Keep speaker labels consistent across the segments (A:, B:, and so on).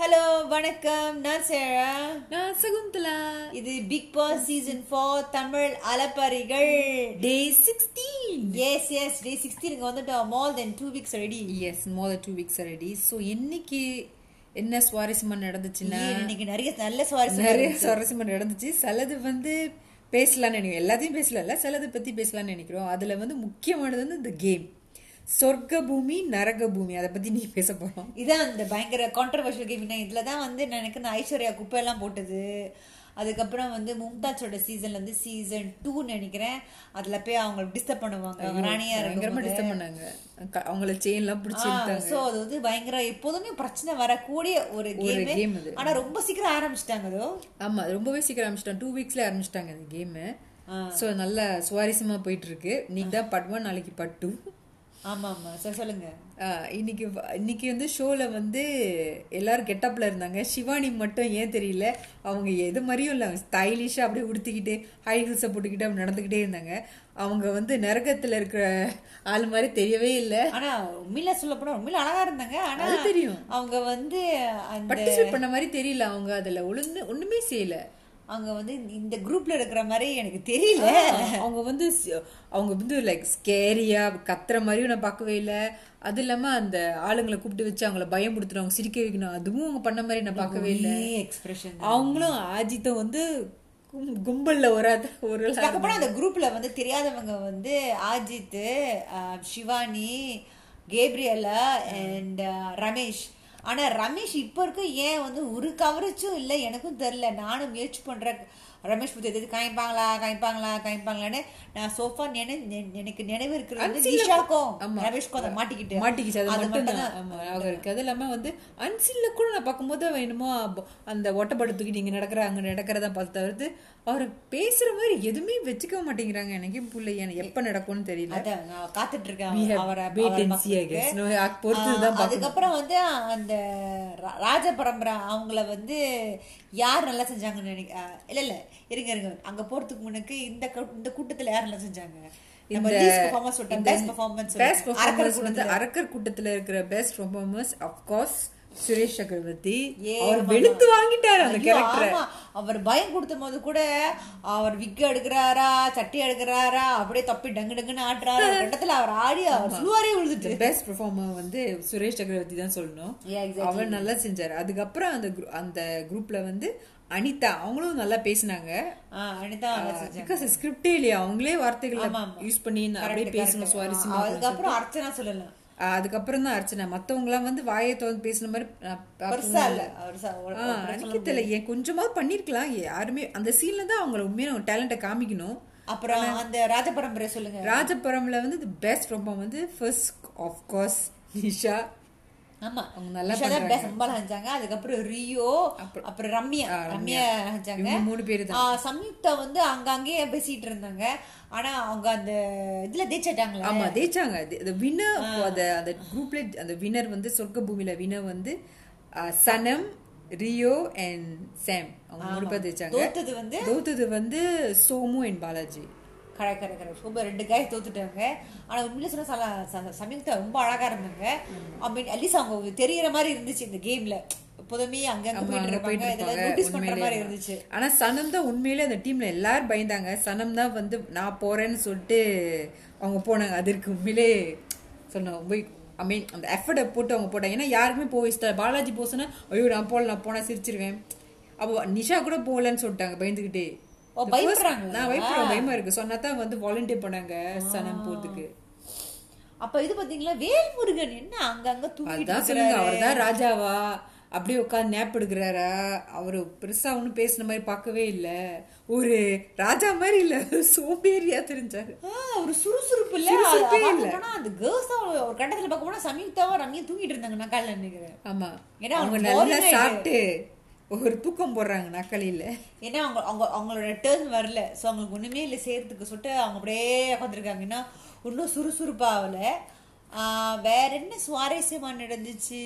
A: Hello வணக்கம் நான் சேரா
B: நான் சகுந்தலா
A: இது பிக் பாஸ் சீசன் 4 தமிழ் அலப்பரிகள்
B: day sixteen
A: yes yes day 16 இங்க வந்துட்டோம் more then two weeks ready
B: yes more two weeks ready so இன்னைக்கு என்ன சுவாரஸ்யமா நடந்துச்சுன்னா
A: இன்னைக்கு நிறைய நல்ல சுவாரஸ்யம்
B: நிறைய சுவாரஸ்யமா நடந்துச்சு சிலது வந்து பேசலாம்னு நினைக்கிறோம் எல்லாத்தையும் பேசலாம்ல சிலது பத்தி பேசலாம்னு நினைக்கிறோம் அதுல வந்து முக்கியமானது வந்து இந்த கேம் சொர்க்க பூமி நரக பூமி அதை பத்தி நீ பேச போறோம்
A: இதான் இந்த பயங்கர கான்ட்ரவர்ஷியல் கேம் இதுல தான் வந்து எனக்கு இந்த ஐஸ்வர்யா குப்பையெல்லாம் போட்டது அதுக்கப்புறம் வந்து மும்தாஜோட சீசன்ல வந்து சீசன் டூ நினைக்கிறேன் அதுல போய் அவங்க டிஸ்டர்ப் பண்ணுவாங்க அவங்க ராணியா
B: பயங்கரமா
A: இருக்கு
B: டிஸ்டர்ப் பண்ணாங்க க- அவங்கள செயின் எல்லாம் பிடிச்சி
A: சோ அது வந்து பயங்கர எப்போதுமே பிரச்சனை வரக்கூடிய ஒரு
B: ஒரு
A: கேம்
B: game அது.
A: ஆனா ரொம்ப சீக்கிரம் ஆரம்பிச்சிட்டாங்க அதோ
B: ஆமா அது ரொம்பவே சீக்கிரம் ஆரம்பிச்சிட்டான் டூ வீக்ஸ்ல ஆரம்பிச்சிட்டாங்க அந்த கேம் சோ நல்ல சுவாரஸ்யமா போயிட்டு இருக்கு இன்னைக்கு தான் பட் ஒன் நாளைக்கு பட் டூ
A: ஆமா ஆமா சரி சொல்லுங்க
B: இன்னைக்கு வ- இன்னைக்கு வந்து ஷோல வந்து எல்லாரும் கெட்டப்ல இருந்தாங்க சிவானி மட்டும் ஏன் தெரியல அவங்க எது மாதிரியும் இல்லை ஸ்டைலிஷா அப்படியே உடுத்திக்கிட்டு ஹை ஹில்ஸை போட்டுக்கிட்டு அப்படி நடந்துக்கிட்டே இருந்தாங்க அவங்க வந்து நரகத்துல இருக்கிற ஆள் மாதிரி தெரியவே இல்லை
A: ஆனா உண்மையில சொல்ல போனா உண்மையில அழகா இருந்தாங்க ஆனா
B: அது தெரியும்.
A: அவங்க வந்து அந்த
B: பார்ட்டிசிபேட் பண்ண மாதிரி தெரியல அவங்க அதுல ஒழுங்கு ஒண்ணுமே செய்யல
A: அவங்க வந்து இந்த குரூப்ல இருக்கிற மாதிரி எனக்கு தெரியல
B: அவங்க வந்து ஸ்- அவங்க வந்து லைக் ஸ்கேரியா கத்துற மாதிரியும் நான் பார்க்கவே இல்லை அது இல்லாம அந்த ஆளுங்களை கூப்பிட்டு வச்சு அவங்கள பயமுடுத்தணும் அவங்க சிரிக்க வைக்கணும் அதுவும் அவங்க பண்ண மாதிரி நான் பார்க்கவே இல்லை
A: எக்ஸ்பிரஷன்
B: அவங்களும் ஆஜித்தை வந்து கும்- கும்பல்ல ஒரு ஆத்த- ஒரு ஆளா
A: அதுக்கப்புறம் அந்த குரூப்ல வந்து தெரியாதவங்க வந்து ஆஜித் அஹ், சிவானி கேப்ரியலா அண்ட் ரமேஷ் ஆனா ரமேஷ் இப்ப இருக்க ஏன் வந்து ஒரு கவரேஜும் இல்லை எனக்கும் தெரியல நானும் முயற்சி பண்றேன் ரமேஷ் புத்தி எதாவது காய்ப்பாங்களா காய்ப்பாங்களா காய்ப்பாங்களான்னு நான் சோஃபா நினை நெ- எனக்கு நினைவு இருக்கிறது வந்து ஈஷாக்கும்
B: ஆமா.
A: ரமேஷ்க்கும் அதை மாட்டிக்கிட்டு
B: மாட்டிக்கிச்சு அது மட்டும்
A: மட்டும்தான்.
B: ஆமா அவங்க இருக்கு அது இல்லாம வந்து அன்சில்ல கூட நான் பார்க்கும்போது அவன் என்னமோ அப்ப- அந்த ஒட்டப்பட தூக்கிட்டு இங்க நடக்கிற அங்க நடக்கிறதா பார்த்து தவிர்த்து அவர் பேசுற மாதிரி எதுவுமே வச்சுக்க மாட்டேங்கிறாங்க எனக்கே புள்ள எனக்கு எப்ப நடக்கும்னு தெரியல
A: அதான் நான் காத்துட்டு இருக்கேன்
B: We have
A: அவரை-
B: wait
A: அவரை
B: and see, I guess. No,
A: பார்க்கறதுக்கு.
B: அ- பொறுத்துதான்
A: ஆஹ் அதுக்கப்புறம் வந்து அந்த ரா- ராஜ பரம்பரை அவங்கள வந்து யார் நல்லா செஞ்சாங்கன்னு நினைக்க ஆஹ் இல்ல இல்ல இருங்க இருங்க அங்க போறதுக்கு முன்னக்கு இந்த கூ- இந்த கூட்டத்துல யார் நல்லா செஞ்சாங்க நம்ம
B: இந்த-
A: least performance சொல்லிட்டோம்,
B: இந்த
A: best performance
B: best
A: சொல்லிட்டோம். அரக்கர்
B: performance வந்து
A: கூட்டத்துல.
B: அரக்கர் கூட்டத்துல இருக்கிற best performers of course Suresh Chakravarthy
A: ஏ,
B: அவர்
A: ஆமா.
B: வெளுத்து வாங்கிட்டாரு அந்த
A: ஐயோ,
B: கேரக்டர்
A: ஆமா. அவர் பயம் கொடுத்த போது கூட அவர் விக்க எடுக்கிறாரா சட்டி எடுக்கிறாரா அப்படியே தப்பி டங்கு டங்குன்னு ஆடுறாரு ஒரு இடத்துல அவர் ஆடி அவர் சுவாரே விழுந்துட்டு
B: பெஸ்ட் பெர்ஃபார்மர் வந்து சுரேஷ் சக்கரவர்த்தி தான் சொல்லணும்
A: Yeah, exactly.
B: அவர் நல்லா செஞ்சாரு அதுக்கப்புறம் அந்த group- அந்த குரூப்ல வந்து அனிதா அவங்களும் நல்லா பேசினாங்க
A: ஆஹ் அனிதா நல்லா செஞ்சாங்க
B: பிகாஸ் ஸ்கிரிப்டே இல்லையா அவங்களே வார்த்தைகளை
A: ஆமா, ஆமா.
B: யூஸ் பண்ணி அப்படியே
A: Correct,
B: பேசணும்
A: correct.
B: சுவாரஸ்யமா
A: ஆ,
B: இருக்கணும்.
A: அதுக்கப்புறம் அர்ச்சனா சொல்லலாம்
B: ஆ, அதுக்கப்புறம் தான் அர்ச்சனா மத்தவங்கலாம் வந்து வாயை திறந்து பேசின மாதிரி நான் பார்த்ததும்
A: பெருசா இல்ல அவர் ச- ஒரு-
B: ஆ,
A: ஒரு
B: அன்னைக்கு தெரியல ஏன் கொஞ்சமா பண்ணிருக்கலாம் யாருமே அந்த சீன்ல தான் அவங்கள உண்மையா அவங்க டேலண்ட காமிக்கணும்
A: அப்புறம் அந்த ராஜ பரம்பரை சொல்லுங்க
B: ராஜபுரம்ல வந்து தி பெஸ்ட் ரொம்ப வந்து ஃபர்ஸ்ட் ஆஃப் கோர்ஸ் நிஷா
A: ஆமா
B: அவங்க நல்லா
A: நிஷா தான் best சம்பளம் செஞ்சாங்க அதுக்கப்புறம் ரியோ அப்புறம் ரம்யா
B: ஆ,
A: ரம்யா
B: ரம்யா.
A: செஞ்சாங்க
B: இவங்க மூணு பேரு தான்
A: ஆ, சம்யுக்தா வந்து அங்கங்கே பேசிட்டு இருந்தாங்க ஆனா அவங்க அந்த இதுல ஜெயிச்சிட்டாங்களா
B: ஆமா ஜெயிச்சாங்க தி வின்னர் அந்த அந்த குரூப்ல அந்த வின்னர் வந்து சொர்க்க பூமியில வின்னர் வந்து ஆ, சனம் ரியோ அண்ட் சாம் அவங்க மூணு பேர் ஜெயிச்சாங்க
A: தோத்தது வந்து
B: தோத்தது வந்து Somu and Balaji
A: correct correct correct super ரெண்டு காய் தோத்துட்டாங்க ஆனா உண்மையில சொன்னா சல- ச- சம்யுக்தா ரொம்ப அழகா இருந்தாங்க ஐ மீன் அட்லீஸ்ட் அவங்க தெரியிற மாதிரி இருந்துச்சு இந்த கேம்ல எப்போதுமே அங்கங்க
B: ஆமா,
A: போயிட்டு
B: அங்க
A: இருப்பாங்க
B: போயிட்டு
A: இதெல்லாம்
B: இருப்பாங்க.
A: நோட்டீஸ் பண்ற
B: உண்மையிலே
A: மாதிரி
B: ஆமா.
A: இருந்துச்சு
B: ஆனா சனம் தான் உண்மையிலே அந்த டீம்ல எல்லாரும் பயந்தாங்க சனம் தான் வந்து நான் போறேன்னு சொல்லிட்டு அவங்க போனாங்க அதற்கு உண்மையிலே சொன்ன ரொம்ப ஐ மீன் அந்த எஃபர்ட்டை போட்டு அவங்க போட்டாங்க ஏன்னா யாருக்குமே போய் இஷ்டம் இல்ல. பாலாஜி போச்சுன்னா ஐயோ நான் போகல நான் போனா சிரிச்சிருவேன் அப்போ நிஷா கூட போகலன்னு சொல்லிட்டாங்க பயந்துகிட்டே
A: ஓ,
B: The first-
A: பயப்படுறாங்களா?
B: நான் பயப்படுறேன் பயமா இருக்கு சொன்னா தான் வந்து வாலண்டியர் பண்ணாங்க சனம் போறதுக்கு
A: அப்ப இது பாத்தீங்களா வேல்முருகன் என்ன அங்கங்க தூக்கிட்டு
B: அதான் சொல்லுங்க அவர் தான் ராஜாவா அப்படியே உட்காந்து நேப் எடுக்கிறாரா அவரு பெருசா ஒன்றும் பேசின மாதிரி பார்க்கவே இல்ல ஒரு ராஜா மாதிரி இல்ல சோம்பேறியா தெரிஞ்சாரு
A: ஆ, ஒரு சுறுசுறுப்பு இல்ல
B: சுறுசுறுப்பே
A: பாக்கணும்னா அந்த கேர்ள்ஸ் தான் ஒரு கட்டத்துல பார்க்க போனா சம்யுக்தாவா ரம்யா தூங்கிட்டு இருந்தாங்க நான் காலைல நினைக்கிறேன்
B: ஆமா
A: ஏன்னா
B: அவங்க
A: அவனுக்கு
B: நல்லா
A: boring ஆயிட்டு.
B: சாப்பிட்டு ஒரு தூக்கம் போடுறாங்க நக்களில
A: ஏன்னா அவங்க அவங்க அவங்களோட டேர்ன் வரல ஸோ அவங்களுக்கு ஒண்ணுமே இல்லை செய்யறதுக்கு சொல்லிட்டு அவங்க அப்படியே உட்காந்துருக்காங்க ஏன்னா இன்னும் சுறுசுறுப்பாகல வேற என்ன சுவாரஸ்யமா நடந்துச்சு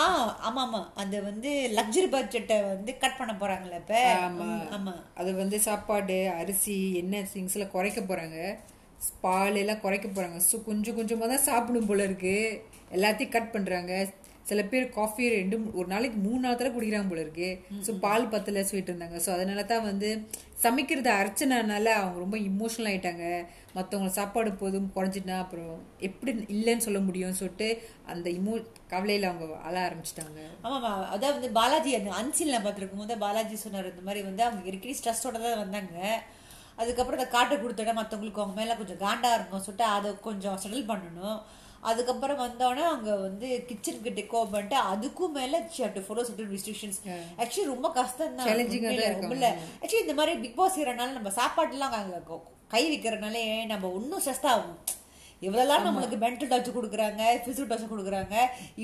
A: ஆ ஆமா ஆமா அந்த வந்து லக்ஸரி பட்ஜெட்டை வந்து கட் பண்ண போறாங்கல்ல இப்ப
B: ஆமா.
A: ம், ஆமா
B: அது வந்து சாப்பாடு அரிசி என்ன திங்ஸ்ல குறைக்க போறாங்க பால் எல்லாம் குறைக்க போறாங்க ஸோ கொஞ்சம் கொஞ்சமா தான் சாப்பிடும் போல இருக்கு எல்லாத்தையும் கட் பண்றாங்க சில பேர் காஃபி ரெண்டு மூ- ஒரு நாளைக்கு மூணு நாள் தடவை குடிக்கிறாங்க போல இருக்கு ஸோ பால் பத்தல சொல்லிட்டு இருந்தாங்க ஸோ அதனால தான் வந்து சமைக்கிறத அரைச்சினால அவங்க ரொம்ப இமோஷனல் ஆயிட்டாங்க மற்றவங்க சாப்பாடு போதும் குறைஞ்சிட்டுனா அப்புறம் எப்படி இல்லைன்னு சொல்ல முடியும்னு சொல்லிட்டு அந்த இமோ கவலையில அவங்க அழ ஆரம்பிச்சிட்டாங்க
A: ஆமாம்மா அதான் வந்து பாலாஜி அந்த அன்சில் நான் பார்த்துருக்கும் போது பாலாஜி சொன்னார் இந்த மாதிரி வந்து அவங்க இருக்கிற ஸ்ட்ரெஸ்ஸோட தான் வந்தாங்க அதுக்கப்புறம் அதை காட்ட கொடுத்தோட மற்றவங்களுக்கு அவங்க மேலே கொஞ்சம் காண்டா இருக்கும் சொல்லிட்டு அதை கொஞ்சம் செட்டில் பண்ணணும் அதுக்கப்புறம் வந்தோடனே அவங்க வந்து கிச்சனுக்கு டெக்கோ பண்ணிட்டு அதுக்கும் மேலே to follow certain restrictions actually ரொம்ப கஷ்டம் தான்
B: Challenging ஆ தான் இருக்கும்.
A: இல்லை ஆக்சுவலி இந்த மாதிரி பிக் பாஸ் செய்கிறனால நம்ம சாப்பாட்டுலாம் அங்க கொ- கை வைக்கிறனாலே நம்ம இன்னும் ஸ்ட்ரெஸ் ஆகும் எவ்வளோலாம் நம்மளுக்கு மென்டல் டார்ச்சர் கொடுக்குறாங்க ஃபிசிக்கல் டார்ச்சர் கொடுக்குறாங்க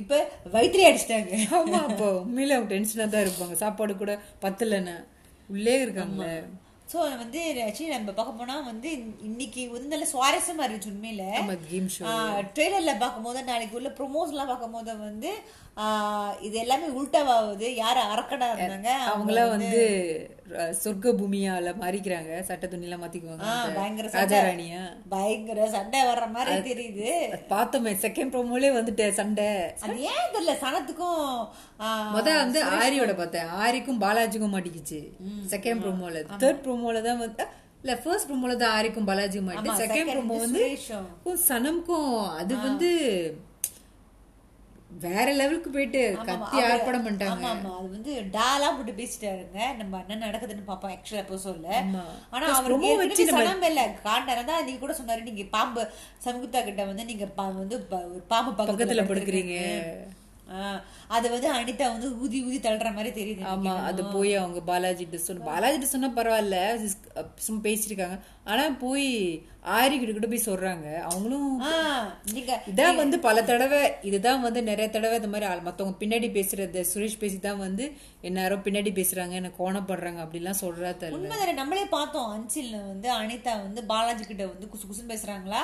A: இப்போ வயிற்றுலேயே அடிச்சிட்டாங்க
B: ஆமா அப்போ உண்மையில அவங்க டென்ஷனா தான் இருப்பாங்க சாப்பாடு கூட பத்தலன்னு உள்ளே இருக்காங்க
A: ஸோ வந்து ஆக்சுவலி நம்ம பார்க்க போனா வந்து இன்- இன்னைக்கு வந்து நல்ல சுவாரஸ்யமா இருந்துச்சு உண்மையில
B: ஆமா கேம் ஷோ
A: ட்ரெய்லர்ல பார்க்கும்போது நாளைக்கு உள்ள ப்ரொமோஷன்லாம் பார்க்கும்போது வந்து ஆஹ் இது எல்லாமே உல்டாவாகுது யார் அரக்கடா இருந்தாங்க
B: அவங்களாம் வந்து ர- சொர்க்க பூமியால மாறிக்கிறாங்க சட்ட துணிலாம் மாத்திக்குவாங்க
A: ஆஹ்
B: அந்த
A: பயங்கர சண்டை
B: ராஜாராணியா
A: பயங்கர சண்டை வர்ற மாதிரி தெரியுது
B: அது பார்த்தோமே செகண்ட் ப்ரோமோலே வந்துட்டு சண்டை
A: அது ஏன் தெரியல சனத்துக்கும் ஆஹ்,
B: முத வந்து ஆரியோட பார்த்தேன் ஆரிக்கும் பாலாஜிக்கும் மாட்டிக்கிச்சு செகண்ட் ப்ரோமோல தேர்ட் ப்ரோமோல தான் வந்து அஹ், இல்ல ஃபர்ஸ்ட் ப்ரோமோல தான் ஆரிக்கும் பாலாஜி மாட்டி செகண்ட்
A: second
B: ப்ரோமோ
A: வந்து
B: வந்து
A: சுரேஷும்.
B: ஓ, சனம்க்கும் அது வந்து வேற லெவலுக்கு போயிட்டு கத்தி
A: ஆமா
B: ஆர்ப்பாடம் பண்ணிட்டாங்க
A: ஆமா அது வந்து டாலா போட்டு பேசிட்டாருங்க நம்ம என்ன நடக்குதுன்னு பாப்போம் ஆக்சுவலா எப்போ சொல்ல
B: ஆமா.
A: ஆனா
B: Plus
A: அவர்
B: promo வச்சு
A: ஏற்கனவே
B: நம்ம-
A: சனம் இல்ல காண்டனம் தான் நீங்க கூட சொன்னாரு நீங்க பாம்பு சமுகுத்தா கிட்ட வந்து நீங்க பா- வந்து ப- ஒரு பாம்பு
B: பக்கத்துல
A: பக்கத்துல
B: படுக்கிறீங்க.
A: படுக்கிறீங்க அது வந்து அனிதா வந்து ஊதி ஊதி தள்ளுற மாதிரி தெரியுது
B: ஆமா அது போய் அவங்க பாலாஜிட்ட சொன்ன பாலாஜிட்ட சொன்னா பரவாயில்ல சிஸ்- அஹ் சும்மா பேசிருக்காங்க ஆனா போய் ஆரிக்கிட்ட கூட போய் சொல்றாங்க அவங்களும்
A: ஆ, நீங்க
B: இதான் வந்து பல தடவை இதுதான் வந்து நிறைய தடவை இந்த மாதிரி ஆள் மத்தவங்க பின்னாடி பேசுறது சுரேஷ் பேசி தான் வந்து எல்லாரும் பின்னாடி பேசுறாங்க என்ன கோணம் படுறாங்க அப்படிலாம் சொல்றா தெரியல
A: உண்மைதானே நம்மளே பார்த்தோம் அன்சில்ல வந்து அனிதா வந்து பாலாஜி கிட்ட வந்து குசு குசுன்னு பேசுறாங்களா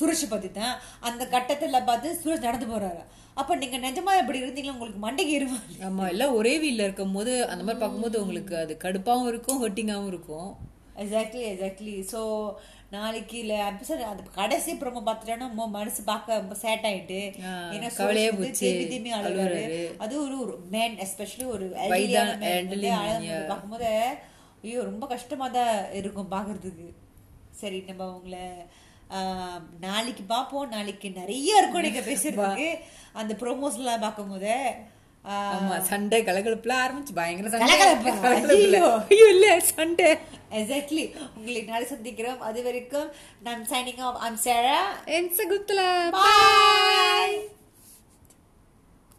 A: சுரேஷை பத்தி தான் அந்த கட்டத்துல பார்த்து சுரேஷ் நடந்து போறாரு அப்ப நீங்க நிஜமா இப்படி இருந்தீங்களா உங்களுக்கு மண்டைக்கு ஏறுமா
B: ஆமா எல்லாம் ஒரே வீட்ல இருக்கும் போது அந்த மாதிரி பார்க்கும்போது உங்களுக்கு அது கடுப்பாவும் இருக்கும் ஹர்ட்டிங்காவும் இருக்கும்
A: எக்ஸாக்ட்லி எக்ஸாக்ட்லி ஸோ நாளைக்கு இல்லை எபிசோட் அந்த கடைசி ப்ரோமோ பார்த்துட்டோன்னா நம்ம மனசு பார்க்க ரொம்ப சேட் ஆயிட்டு ஏன்னா
B: கவலையா
A: சுரேஷ் வந்து
B: போச்சு.
A: தேம்பி தேம்பி அழுவாரு
B: அழுவாரு.
A: அது ஒரு ஒரு மேன் எஸ்பெஷலி ஒரு
B: வயதான
A: elderly-யான man
B: elderly
A: வந்து
B: man,
A: அழுகும்
B: yeah.
A: பார்க்கும்போது ஐயோ ரொம்ப கஷ்டமா தான் இருக்கும் பார்க்கறதுக்கு சரி நம்ம உங்களை ஆஹ், நாளைக்கு பார்ப்போம் நாளைக்கு நிறைய இருக்கும் நீங்க பேசுறதுக்கு அந்த ப்ரோமோஸ்லாம் பார்க்கும்போது ஆஹ்,
B: ஆமா சண்டை கலகலப்புல ஆரம்பிச்சு பயங்கர சண்டை
A: கலகலப்பா,
B: கலகலப்புல.
A: ஐயோ.
B: ஐயோ இல்ல சண்டை
A: எக்ஸாக்ட்லி உங்களை நாளை சந்திக்கிறோம் அது வரைக்கும் நான் சைனிங் ஆஃப் ஐம் சேரா
B: என் சகுந்தலா
A: Bye.